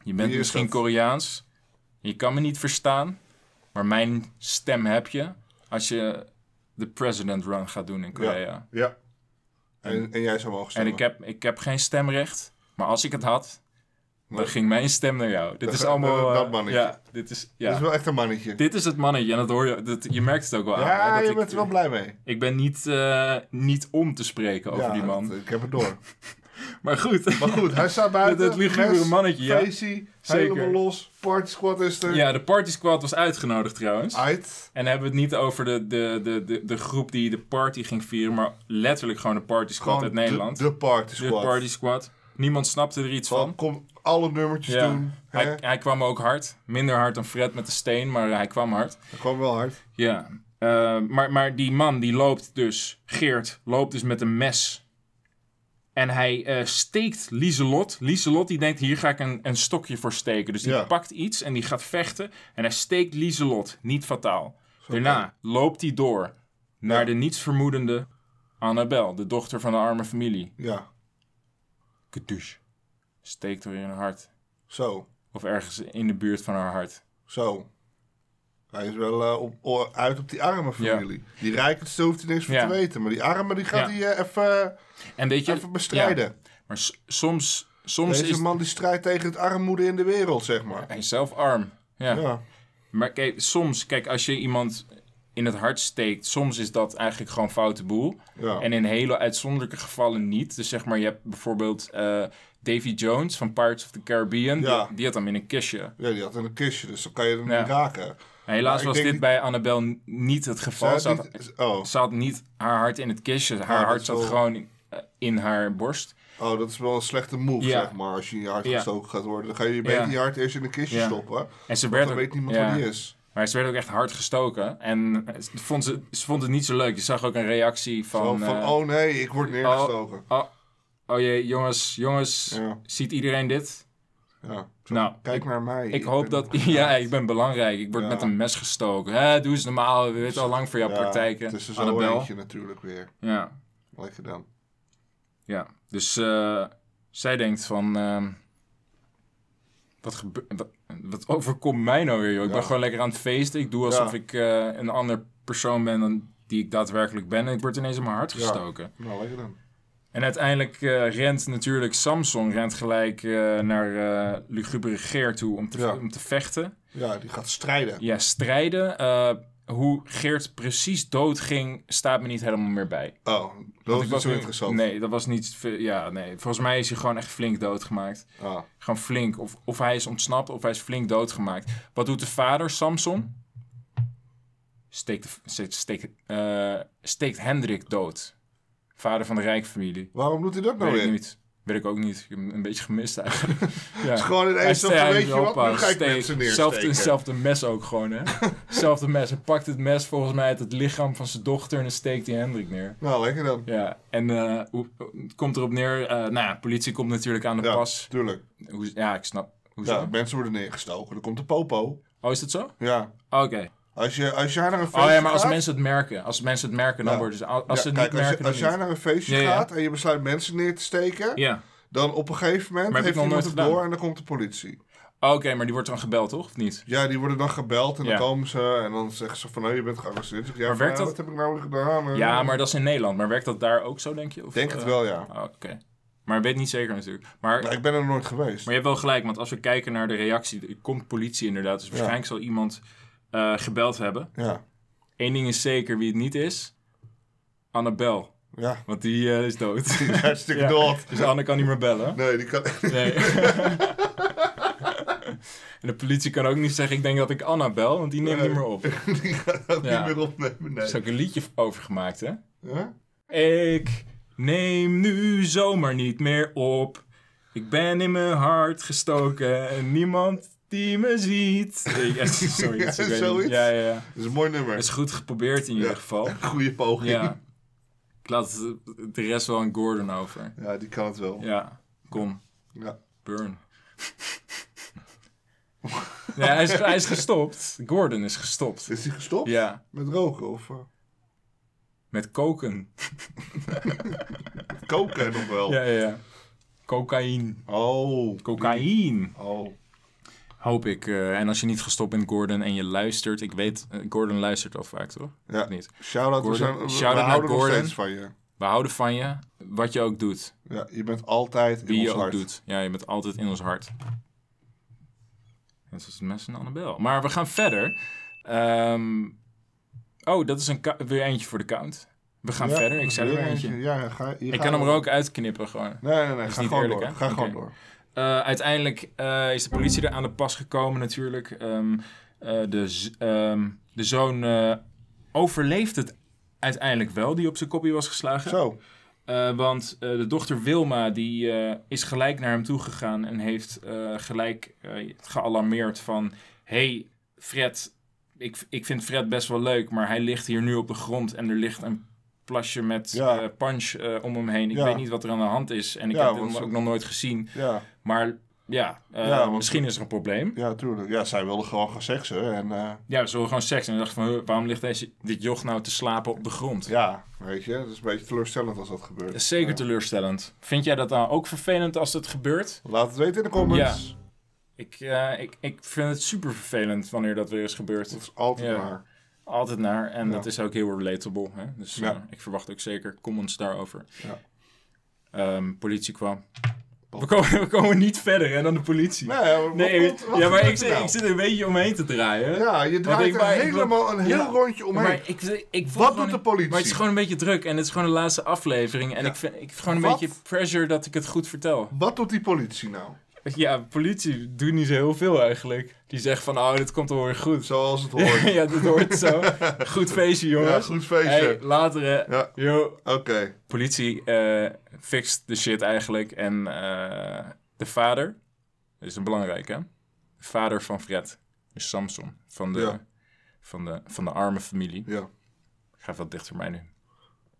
Speaker 1: Je bent
Speaker 2: Wie is
Speaker 1: misschien
Speaker 2: dat?
Speaker 1: Koreaans. Je kan me niet verstaan. Maar mijn stem heb je als je de president run gaat doen in Korea.
Speaker 2: Ja. En, en jij zou mogen
Speaker 1: En
Speaker 2: stemmen.
Speaker 1: ik heb, ik heb geen stemrecht. Maar als ik het had, dan
Speaker 2: Nee.
Speaker 1: ging mijn stem naar jou. Dit
Speaker 2: Dat-
Speaker 1: is allemaal...
Speaker 2: dat- dat
Speaker 1: eh,
Speaker 2: mannetje.
Speaker 1: Ja, dit is... Ja.
Speaker 2: Dat is wel echt een mannetje.
Speaker 1: Dit is het mannetje en dat hoor je. Dat, je merkt het ook wel aan. hè,
Speaker 2: ja,
Speaker 1: dat
Speaker 2: je
Speaker 1: ik,
Speaker 2: bent er wel blij mee.
Speaker 1: Ik ben niet, eh, niet om te spreken over
Speaker 2: ja,
Speaker 1: die man.
Speaker 2: dat- ik heb het door.
Speaker 1: Maar goed.
Speaker 2: Maar goed, hij staat buiten.
Speaker 1: Met het ligure
Speaker 2: mes,
Speaker 1: mannetje, ja.
Speaker 2: Facey,
Speaker 1: Zeker.
Speaker 2: helemaal los. Party squad is er.
Speaker 1: Ja, de Party Squad was uitgenodigd trouwens.
Speaker 2: Uit.
Speaker 1: En dan hebben we het niet over de, de, de, de, de groep die de party ging vieren, maar letterlijk gewoon de Party Squad
Speaker 2: Gewoon
Speaker 1: uit Nederland.
Speaker 2: De,
Speaker 1: De,
Speaker 2: de party squad.
Speaker 1: Party Squad. Niemand snapte er iets
Speaker 2: Gewoon
Speaker 1: van.
Speaker 2: kom alle nummertjes
Speaker 1: Ja.
Speaker 2: doen. Hè?
Speaker 1: Hij, hij kwam ook hard. Minder hard dan Fred met de steen, maar hij kwam hard.
Speaker 2: Dat kwam wel hard.
Speaker 1: Ja, eh, maar, maar die man die loopt dus, Geert, loopt dus met een mes. En hij eh, steekt Lieselot. Lieselot die denkt, hier ga ik een, een stokje voor steken. Dus die
Speaker 2: Ja.
Speaker 1: pakt iets en die gaat vechten. En hij steekt Lieselot, niet fataal. Daarna loopt hij door naar
Speaker 2: Ja.
Speaker 1: de nietsvermoedende Annabel, de dochter van de arme familie.
Speaker 2: Ja,
Speaker 1: Kedus. Steekt er in haar hart.
Speaker 2: zo.
Speaker 1: Of ergens in de buurt van haar hart.
Speaker 2: Zo. Hij is wel eh, op, o- uit op die arme familie. Die rijkendste hoeft hij niks van
Speaker 1: Ja.
Speaker 2: te weten. Maar die arme die gaat
Speaker 1: Ja.
Speaker 2: hij eh, even,
Speaker 1: En weet je...
Speaker 2: even bestrijden.
Speaker 1: Ja, maar s- soms, soms
Speaker 2: Deze
Speaker 1: is...
Speaker 2: man die strijdt tegen het armoede in de wereld, zeg maar.
Speaker 1: Hij is zelf arm. Ja.
Speaker 2: Ja,
Speaker 1: Maar kijk, soms, kijk, als je iemand in het hart steekt, soms is dat eigenlijk gewoon foute boel.
Speaker 2: ja.
Speaker 1: En in hele uitzonderlijke gevallen niet. Dus zeg maar, je hebt bijvoorbeeld eh, Davy Jones van Pirates of the Caribbean.
Speaker 2: Ja.
Speaker 1: Die, die had hem in een kistje.
Speaker 2: Ja, die had een kistje, dus dan kan je hem
Speaker 1: Ja.
Speaker 2: niet raken. Maar
Speaker 1: Helaas
Speaker 2: ik
Speaker 1: was
Speaker 2: denk
Speaker 1: dit
Speaker 2: niet-
Speaker 1: bij Annabel n- niet het geval. Ze
Speaker 2: Zou
Speaker 1: had,
Speaker 2: het niet- Oh.
Speaker 1: ze had niet haar hart in het kistje. Haar
Speaker 2: Ja, dat
Speaker 1: hart
Speaker 2: is
Speaker 1: zat
Speaker 2: wel-
Speaker 1: gewoon in, eh, in haar borst.
Speaker 2: oh, dat is wel een slechte move,
Speaker 1: Ja.
Speaker 2: zeg maar. Als je in je hart
Speaker 1: Ja.
Speaker 2: gestoken gaat worden, dan ga je je beter
Speaker 1: Ja.
Speaker 2: je hart eerst in een kistje
Speaker 1: Ja.
Speaker 2: stoppen.
Speaker 1: En ze
Speaker 2: Want
Speaker 1: werd
Speaker 2: dan
Speaker 1: ook-
Speaker 2: weet niemand
Speaker 1: ja.
Speaker 2: waar die is.
Speaker 1: Maar ze werd ook echt hard gestoken. En eh, ze vond, ze, ze vond het niet zo leuk. Je zag ook een reactie
Speaker 2: Zo
Speaker 1: van...
Speaker 2: Van,
Speaker 1: eh,
Speaker 2: oh nee, ik word neergestoken.
Speaker 1: Oh, oh jee, jongens, jongens,
Speaker 2: Ja.
Speaker 1: ziet iedereen dit?
Speaker 2: Ja.
Speaker 1: Nou,
Speaker 2: Kijk naar mij.
Speaker 1: ik hoop
Speaker 2: ben-
Speaker 1: dat... Ja, ik ben belangrijk. Ik word
Speaker 2: Ja.
Speaker 1: met een mes gestoken. Hè, doe eens normaal. We weten al lang voor jouw
Speaker 2: Ja,
Speaker 1: praktijken.
Speaker 2: Het is er zo
Speaker 1: Annabel.
Speaker 2: eentje natuurlijk weer.
Speaker 1: Ja,
Speaker 2: Lekker dan.
Speaker 1: ja. Dus eh, zij denkt van... ehm, wat, gebe- wat, wat overkomt mij nou weer, joh? Ik
Speaker 2: Ja.
Speaker 1: ben gewoon lekker aan het feesten. Ik doe alsof
Speaker 2: Ja.
Speaker 1: ik eh, een ander persoon ben dan die ik daadwerkelijk ben. En ik word ineens in mijn hart
Speaker 2: Ja.
Speaker 1: gestoken.
Speaker 2: Nou, lekker dan.
Speaker 1: En uiteindelijk eh, rent natuurlijk Samsung rent gelijk eh, naar eh lugubere Geert toe om te,
Speaker 2: Ja.
Speaker 1: om te vechten.
Speaker 2: Ja, die gaat strijden.
Speaker 1: Ja, strijden. Eh, hoe Geert precies dood ging, staat me niet helemaal meer bij.
Speaker 2: Oh,
Speaker 1: Want
Speaker 2: dat
Speaker 1: ik
Speaker 2: is niet zo
Speaker 1: nu-
Speaker 2: interessant.
Speaker 1: Nee, dat was niet... ve- Ja, nee. Volgens mij is hij gewoon echt flink doodgemaakt.
Speaker 2: Ah,
Speaker 1: Gewoon flink. Of, of hij is ontsnapt, of hij is flink doodgemaakt. Wat doet de vader, Samson? Steekt, de- steekt, steekt, eh, steekt Hendrik dood. Vader van de rijkfamilie.
Speaker 2: waarom doet hij dat nou
Speaker 1: Weet ik
Speaker 2: weer?
Speaker 1: niet. Weet ik ook niet. Ik heb hem een beetje gemist eigenlijk. Ja.
Speaker 2: Het is gewoon ineens zo van,
Speaker 1: Hij
Speaker 2: weet je
Speaker 1: zei
Speaker 2: wat, nu ga ik
Speaker 1: steek.
Speaker 2: mensen
Speaker 1: Zelfde,
Speaker 2: neersteken.
Speaker 1: hetzelfde mes ook gewoon, hè. Zelfde mes. Hij pakt het mes volgens mij uit het lichaam van zijn dochter en dan steekt hij Hendrik neer.
Speaker 2: Nou, lekker dan.
Speaker 1: Ja, en eh, hoe, het komt erop neer, eh, nou ja, politie komt natuurlijk aan de
Speaker 2: Ja,
Speaker 1: pas.
Speaker 2: tuurlijk.
Speaker 1: Hoe, ja, ik snap. Hoezo?
Speaker 2: Ja, mensen worden neergestoken. Dan komt de popo.
Speaker 1: Oh, is dat zo? Oh, Oké.
Speaker 2: Ja. Als, je, als jij naar een feestje
Speaker 1: Oh ja, maar als
Speaker 2: gaat-
Speaker 1: mensen het merken. Als mensen het merken, dan
Speaker 2: Ja.
Speaker 1: worden ze... Als ze het
Speaker 2: Ja, kijk,
Speaker 1: niet
Speaker 2: als, je-
Speaker 1: merken,
Speaker 2: als
Speaker 1: dan
Speaker 2: jij naar een feestje
Speaker 1: Ja, ja.
Speaker 2: gaat en je besluit mensen neer te steken,
Speaker 1: niet. Ja.
Speaker 2: dan op een gegeven moment
Speaker 1: Maar heb
Speaker 2: heeft
Speaker 1: ik nog
Speaker 2: iemand
Speaker 1: nooit
Speaker 2: het
Speaker 1: gedaan.
Speaker 2: door en dan komt de politie.
Speaker 1: Oh, Oké, maar die wordt dan gebeld, toch? Of niet?
Speaker 2: Ja, die worden dan gebeld en
Speaker 1: Ja.
Speaker 2: dan komen ze en dan zeggen ze van, hé, je bent gearresteerd. Ja,
Speaker 1: Maar
Speaker 2: van,
Speaker 1: werkt
Speaker 2: ja,
Speaker 1: dat-
Speaker 2: wat heb ik nou weer gedaan?
Speaker 1: Ja, maar dat is in Nederland. Maar werkt dat daar ook zo, denk je? Of,
Speaker 2: Ik denk het
Speaker 1: eh,
Speaker 2: wel, ja.
Speaker 1: oh, Oké. Maar ik weet niet zeker natuurlijk. Maar,
Speaker 2: Maar
Speaker 1: maar
Speaker 2: ik ben er nooit geweest.
Speaker 1: je hebt wel gelijk, want als we kijken naar de reactie, er komt politie inderdaad. Dus waarschijnlijk zal iemand eh, gebeld hebben.
Speaker 2: Ja,
Speaker 1: Eén ding is zeker wie het niet is. Annabel.
Speaker 2: ja.
Speaker 1: Want die eh, is dood.
Speaker 2: Die is hartstikke
Speaker 1: Ja.
Speaker 2: dood.
Speaker 1: Dus Anne kan niet meer bellen.
Speaker 2: Nee, die kan...
Speaker 1: Nee. en de politie kan ook niet zeggen, ik denk dat ik Anna bel, want die neemt
Speaker 2: Nee.
Speaker 1: niet meer op. Er
Speaker 2: die gaat dat
Speaker 1: Ja.
Speaker 2: niet meer opnemen, nee.
Speaker 1: is ook een liedje over gemaakt, hè?
Speaker 2: Huh?
Speaker 1: Ik neem nu zomaar niet meer op. Ik ben in mijn hart gestoken en niemand die me ziet. Ik- eh, Sorry,
Speaker 2: Ja,
Speaker 1: ik weet niet.
Speaker 2: zoiets?
Speaker 1: Ja, ja, ja.
Speaker 2: Dat is een mooi nummer.
Speaker 1: Het is goed geprobeerd in ieder
Speaker 2: Ja.
Speaker 1: geval.
Speaker 2: Goede poging.
Speaker 1: Ja.
Speaker 2: Ja.
Speaker 1: Ik laat het- de rest wel aan Gordon over.
Speaker 2: die kan het wel. Ja.
Speaker 1: Ja, kom, burn. Ja, hij is, hij is gestopt. Gordon is gestopt.
Speaker 2: Is die gestopt?
Speaker 1: Ja,
Speaker 2: Met roken of eh,
Speaker 1: met koken.
Speaker 2: koken nog wel?
Speaker 1: Ja, ja, ja. Cocaïne.
Speaker 2: Oh.
Speaker 1: Cocaïne.
Speaker 2: Oh.
Speaker 1: Hoop ik. eh, en als je niet gestopt bent, Gordon, en je luistert. Ik weet, eh, Gordon luistert al vaak, toch?
Speaker 2: Ja.
Speaker 1: Of niet?
Speaker 2: Shout-out. We,
Speaker 1: Gordon-
Speaker 2: zijn, we,
Speaker 1: shout-out
Speaker 2: we
Speaker 1: naar
Speaker 2: houden nog
Speaker 1: Gordon.
Speaker 2: steeds van je.
Speaker 1: We houden van je, wat je ook doet.
Speaker 2: Ja, je bent altijd
Speaker 1: Wie
Speaker 2: in
Speaker 1: je
Speaker 2: ons
Speaker 1: ook
Speaker 2: hart.
Speaker 1: doet. Ja, je bent altijd in ons hart. Dat is het mes en Annabel. Maar we gaan verder. Ehm, oh, dat is een ka- weer eentje voor de count. We gaan
Speaker 2: Ja,
Speaker 1: verder. Ik zei er
Speaker 2: weer
Speaker 1: weer eentje.
Speaker 2: Ja, ga, je
Speaker 1: Ik
Speaker 2: gaat
Speaker 1: kan hem er
Speaker 2: door.
Speaker 1: ook uitknippen gewoon.
Speaker 2: Nee, nee, nee.
Speaker 1: is
Speaker 2: Ga
Speaker 1: niet
Speaker 2: gewoon
Speaker 1: eerlijk,
Speaker 2: door.
Speaker 1: hè?
Speaker 2: Ga gewoon
Speaker 1: Oké.
Speaker 2: door.
Speaker 1: Eh, uiteindelijk eh, is de politie er aan de pas gekomen natuurlijk. Ehm, eh, de, z- ehm, de zoon eh, overleeft het uiteindelijk wel, die op zijn kopie was geslagen.
Speaker 2: Zo.
Speaker 1: Eh, want eh, de dochter Wilma die, eh, is gelijk naar hem toegegaan en heeft eh, gelijk eh, gealarmeerd van... hey, Fred, ik, ik vind Fred best wel leuk, maar hij ligt hier nu op de grond en er ligt een plasje met
Speaker 2: Ja.
Speaker 1: eh, punch eh, om hem heen. Ik
Speaker 2: Ja.
Speaker 1: weet niet wat er aan de hand is en ik
Speaker 2: Ja,
Speaker 1: heb hem
Speaker 2: want ze-
Speaker 1: ook nog nooit gezien.
Speaker 2: Ja,
Speaker 1: Maar ja, eh,
Speaker 2: Ja, want-
Speaker 1: misschien is er een probleem.
Speaker 2: ja, tuurlijk. Ja, zij wilde gewoon gaan seksen. En eh,
Speaker 1: Ja, ze willen gewoon seks. En ik dacht van, huh, waarom ligt deze, dit joch nou te slapen op de grond?
Speaker 2: ja, weet je. Het is een beetje teleurstellend als dat
Speaker 1: Dat
Speaker 2: gebeurt.
Speaker 1: is zeker
Speaker 2: Ja.
Speaker 1: teleurstellend. Vind jij dat dan ook vervelend als dat gebeurt?
Speaker 2: Laat het weten in de comments.
Speaker 1: Ik, eh, ik, ik vind het super vervelend wanneer dat weer eens gebeurt.
Speaker 2: Dat is altijd
Speaker 1: Ja.
Speaker 2: maar.
Speaker 1: Altijd naar. En
Speaker 2: Ja.
Speaker 1: dat is ook heel relatable. Hè? Dus eh,
Speaker 2: Ja.
Speaker 1: ik verwacht ook zeker comments daarover.
Speaker 2: Ja.
Speaker 1: Ehm, politie kwam.
Speaker 2: Pop.
Speaker 1: We komen, we komen niet verder hè, dan de politie.
Speaker 2: Nee, wat-
Speaker 1: Nee,
Speaker 2: wat- wat
Speaker 1: ja, maar
Speaker 2: gebeurt
Speaker 1: ik,
Speaker 2: er
Speaker 1: zit-
Speaker 2: nou?
Speaker 1: ik zit een beetje omheen te draaien.
Speaker 2: Ja, je
Speaker 1: ik-
Speaker 2: draait er
Speaker 1: maar ik-
Speaker 2: helemaal een heel
Speaker 1: Ja.
Speaker 2: rondje omheen.
Speaker 1: Maar ik, ik voel
Speaker 2: Wat
Speaker 1: gewoon-
Speaker 2: doet de politie?
Speaker 1: Maar het is gewoon een beetje druk en het is gewoon de laatste aflevering. En
Speaker 2: Ja.
Speaker 1: ik vind ik heb gewoon een
Speaker 2: Wat?
Speaker 1: beetje pressure dat ik het goed vertel.
Speaker 2: Wat doet die politie nou?
Speaker 1: Ja, politie doet niet zo heel veel eigenlijk. Die zegt van, oh, dit komt wel weer goed.
Speaker 2: Zoals het hoort.
Speaker 1: ja, dat hoort zo. Goed feestje,
Speaker 2: ja,
Speaker 1: jongens.
Speaker 2: goed feestje.
Speaker 1: hey, later hè.
Speaker 2: Ja.
Speaker 1: Yo.
Speaker 2: Oké.
Speaker 1: Politie eh, fixt de shit eigenlijk. En eh, de vader, dat is een belangrijke, hè? De vader van Fred, dus Samson, van de,
Speaker 2: Ja.
Speaker 1: van de, van de arme familie.
Speaker 2: Ja.
Speaker 1: Ik ga wat dichterbij nu.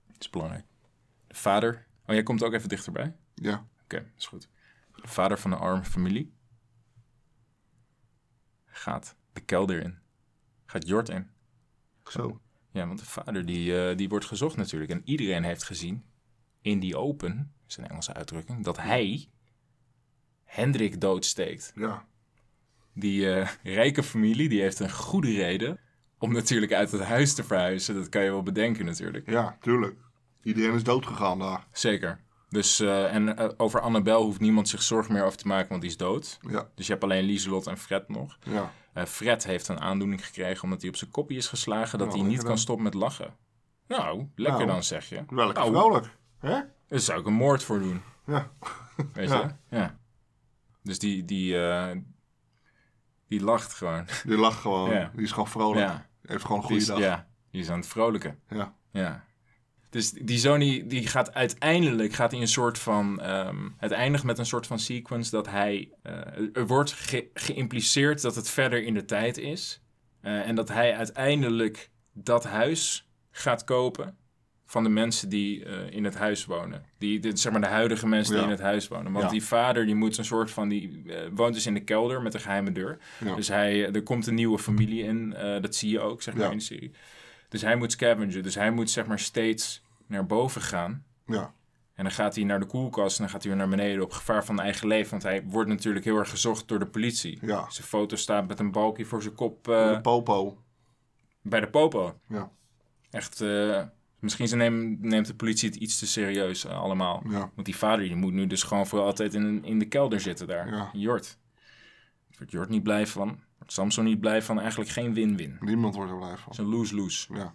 Speaker 1: Het is belangrijk. De vader. Oh, jij komt ook even dichterbij? Oké,
Speaker 2: Ja.
Speaker 1: is goed. De vader van een arme familie gaat de kelder in. Gaat Jort in.
Speaker 2: Zo.
Speaker 1: Ja, want de vader die, eh, die wordt gezocht natuurlijk. En iedereen heeft gezien in die open, is een Engelse uitdrukking, dat hij Hendrik doodsteekt.
Speaker 2: Ja.
Speaker 1: Die eh, rijke familie die heeft een goede reden om natuurlijk uit het huis te verhuizen. Dat kan je wel bedenken natuurlijk.
Speaker 2: Ja, tuurlijk. Iedereen is dood gegaan daar.
Speaker 1: Zeker. Dus, eh, en eh, over Annabel hoeft niemand zich zorgen meer over te maken, want die is dood.
Speaker 2: Ja.
Speaker 1: Dus je hebt alleen Lieselot en Fred nog.
Speaker 2: Ja.
Speaker 1: Eh, Fred heeft een aandoening gekregen omdat hij op zijn kopje is geslagen, dat hij
Speaker 2: Nou,
Speaker 1: niet
Speaker 2: lekker
Speaker 1: kan
Speaker 2: dan.
Speaker 1: stoppen met lachen. Nou, lekker
Speaker 2: Nou.
Speaker 1: dan zeg je.
Speaker 2: Wel lekker
Speaker 1: Nou.
Speaker 2: vrolijk. Hè?
Speaker 1: Daar zou ik een moord voor doen.
Speaker 2: Ja.
Speaker 1: Weet
Speaker 2: Ja.
Speaker 1: je? Ja. Dus die, die, eh, die lacht gewoon.
Speaker 2: Die lacht gewoon.
Speaker 1: Ja.
Speaker 2: Die is gewoon vrolijk.
Speaker 1: Ja.
Speaker 2: Heeft gewoon een
Speaker 1: Die
Speaker 2: goede
Speaker 1: is,
Speaker 2: dag.
Speaker 1: ja. Die is aan het vrolijken.
Speaker 2: Ja.
Speaker 1: Ja. Dus die Sony die gaat uiteindelijk gaat hij een soort van. ehm, het eindigt met een soort van sequence dat hij. eh, er wordt ge- geïmpliceerd dat het verder in de tijd is. Eh, en dat hij uiteindelijk dat huis gaat kopen. Van de mensen die eh, in het huis wonen. Die, dit zeg maar de huidige mensen die
Speaker 2: Ja.
Speaker 1: in het huis wonen. Want
Speaker 2: Ja.
Speaker 1: die vader die moet een soort van. Die eh, woont dus in de kelder met een geheime deur.
Speaker 2: Ja.
Speaker 1: Dus hij, er komt een nieuwe familie in. eh, dat zie je ook, zeg maar,
Speaker 2: Ja.
Speaker 1: in de serie. Dus hij moet scavengen. Dus hij moet zeg maar steeds naar boven gaan.
Speaker 2: Ja.
Speaker 1: En dan gaat hij naar de koelkast en dan gaat hij weer naar beneden op gevaar van eigen leven. Want hij wordt natuurlijk heel erg gezocht door de politie.
Speaker 2: Ja.
Speaker 1: Zijn foto staat met een balkje voor zijn kop eh,
Speaker 2: De popo.
Speaker 1: bij de popo.
Speaker 2: Ja.
Speaker 1: Echt, eh, misschien ze nemen, neemt de politie het iets te serieus eh, allemaal.
Speaker 2: Ja.
Speaker 1: Want die vader die moet nu dus gewoon voor altijd in, in de kelder zitten daar.
Speaker 2: Ja.
Speaker 1: Jort. Daar wordt Jort niet blij van. Wordt Samson niet blij van. Eigenlijk geen win-win.
Speaker 2: Niemand wordt er blij van.
Speaker 1: Het is een lose-lose.
Speaker 2: Ja.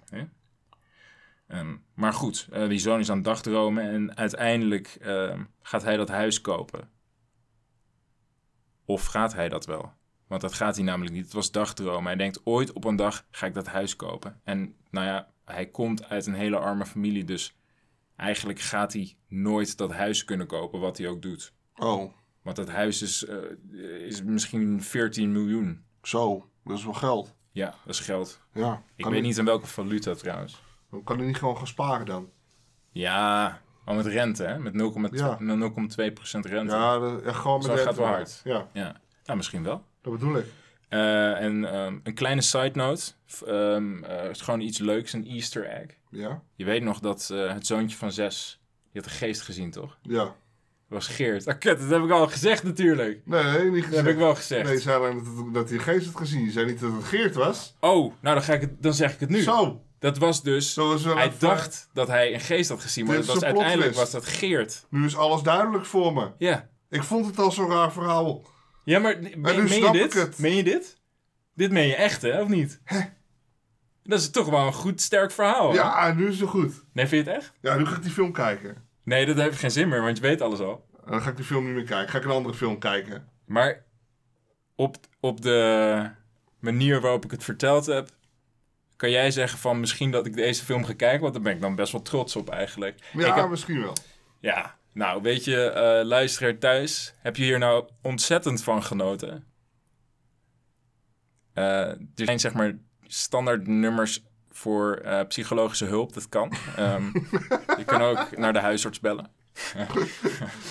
Speaker 1: Ehm, maar goed, eh, die zoon is aan het dagdromen en uiteindelijk ehm, gaat hij dat huis kopen. Of gaat hij dat wel? Want dat gaat hij namelijk niet. Het was dagdromen. Hij denkt ooit op een dag ga ik dat huis kopen. En nou ja, hij komt uit een hele arme familie, dus eigenlijk gaat hij nooit dat huis kunnen kopen, wat hij ook doet.
Speaker 2: Oh,
Speaker 1: Want dat huis is, eh, is misschien 14 miljoen.
Speaker 2: zo. Dat is wel geld.
Speaker 1: Ja, dat is geld.
Speaker 2: Ja.
Speaker 1: Ik
Speaker 2: Kan
Speaker 1: weet
Speaker 2: hij-
Speaker 1: niet in welke valuta trouwens.
Speaker 2: Kan hij niet gewoon gaan sparen dan?
Speaker 1: Ja, al met rente, hè? Met 0,2%
Speaker 2: Ja.
Speaker 1: 0,2% rente. Ja.
Speaker 2: Ja, de- ja, gewoon met
Speaker 1: Zo
Speaker 2: de
Speaker 1: gaat het wel
Speaker 2: rente. Ja,
Speaker 1: Nou, misschien wel.
Speaker 2: dat bedoel ik.
Speaker 1: Eh, en ehm, een kleine side note. F- ehm, eh, het is gewoon iets leuks, een easter egg.
Speaker 2: Ja?
Speaker 1: Je weet nog dat eh, het zoontje van zes... Je had de geest gezien, toch?
Speaker 2: Ja.
Speaker 1: Dat was Geert. Ah, kut, dat heb ik al gezegd natuurlijk.
Speaker 2: Nee, nee niet
Speaker 1: Dat heb ik
Speaker 2: gezegd.
Speaker 1: wel gezegd.
Speaker 2: Nee, je zei alleen dat, het- dat hij geest had gezien. Je zei niet dat het Geert was.
Speaker 1: Oh, nou dan, ga ik het, dan zeg ik het nu.
Speaker 2: Zo.
Speaker 1: Dat was dus...
Speaker 2: Zo is wel
Speaker 1: hij
Speaker 2: even-
Speaker 1: dacht dat hij een geest had gezien, maar
Speaker 2: Dit
Speaker 1: dat
Speaker 2: is
Speaker 1: was
Speaker 2: een plot
Speaker 1: uiteindelijk was
Speaker 2: twist.
Speaker 1: dat Geert.
Speaker 2: Nu is alles duidelijk voor me.
Speaker 1: Ja.
Speaker 2: Ik vond het al zo'n raar verhaal.
Speaker 1: Ja, maar meen,
Speaker 2: nu
Speaker 1: meen je
Speaker 2: snap
Speaker 1: dit?
Speaker 2: ik het.
Speaker 1: Meen je dit? Dit meen je echt, hè? Of niet? Dat is toch wel een goed, sterk verhaal. hè?
Speaker 2: Ja, nu is het goed.
Speaker 1: Nee, vind je het echt?
Speaker 2: Ja, nu ga ik die film kijken.
Speaker 1: Nee, dat heeft geen zin meer, want je weet alles al.
Speaker 2: En dan ga ik die film niet meer kijken. Ga ik een andere film kijken.
Speaker 1: Maar op, op de manier waarop ik het verteld heb... kan jij zeggen van misschien dat ik deze film ga kijken... want daar ben ik dan best wel trots op eigenlijk.
Speaker 2: Ja,
Speaker 1: Ik heb-
Speaker 2: misschien wel.
Speaker 1: Ja, nou weet je, eh luisteraar thuis, heb je hier nou ontzettend van genoten? Eh, er zijn zeg maar standaard nummers voor eh, psychologische hulp, dat kan. Ehm, je kan ook naar de huisarts bellen.
Speaker 2: Ja,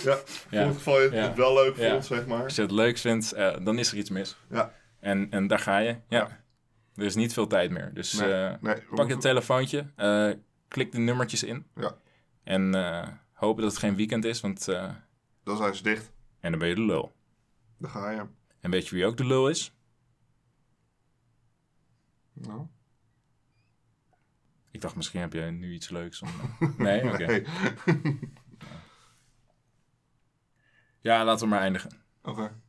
Speaker 1: Ja.
Speaker 2: in ieder geval je
Speaker 1: Ja.
Speaker 2: het wel leuk
Speaker 1: Ja.
Speaker 2: vond, zeg maar.
Speaker 1: Als je het leuk vindt, eh, dan is er iets mis.
Speaker 2: Ja.
Speaker 1: En, en daar ga je, ja.
Speaker 2: Ja.
Speaker 1: Er is niet veel tijd meer, dus
Speaker 2: Nee,
Speaker 1: eh,
Speaker 2: nee, we
Speaker 1: pak je
Speaker 2: moeten-
Speaker 1: telefoontje, eh, klik de nummertjes in.
Speaker 2: Ja.
Speaker 1: En eh, hopen dat het geen weekend is, want eh,
Speaker 2: Dan zijn ze dicht.
Speaker 1: en dan ben je de lul.
Speaker 2: Dan ga je.
Speaker 1: En weet je wie ook de lul is?
Speaker 2: Nou.
Speaker 1: Ik dacht, misschien heb jij nu iets leuks om... Nee? Oké.
Speaker 2: Hey.
Speaker 1: Ja, laten we maar eindigen.
Speaker 2: Oké.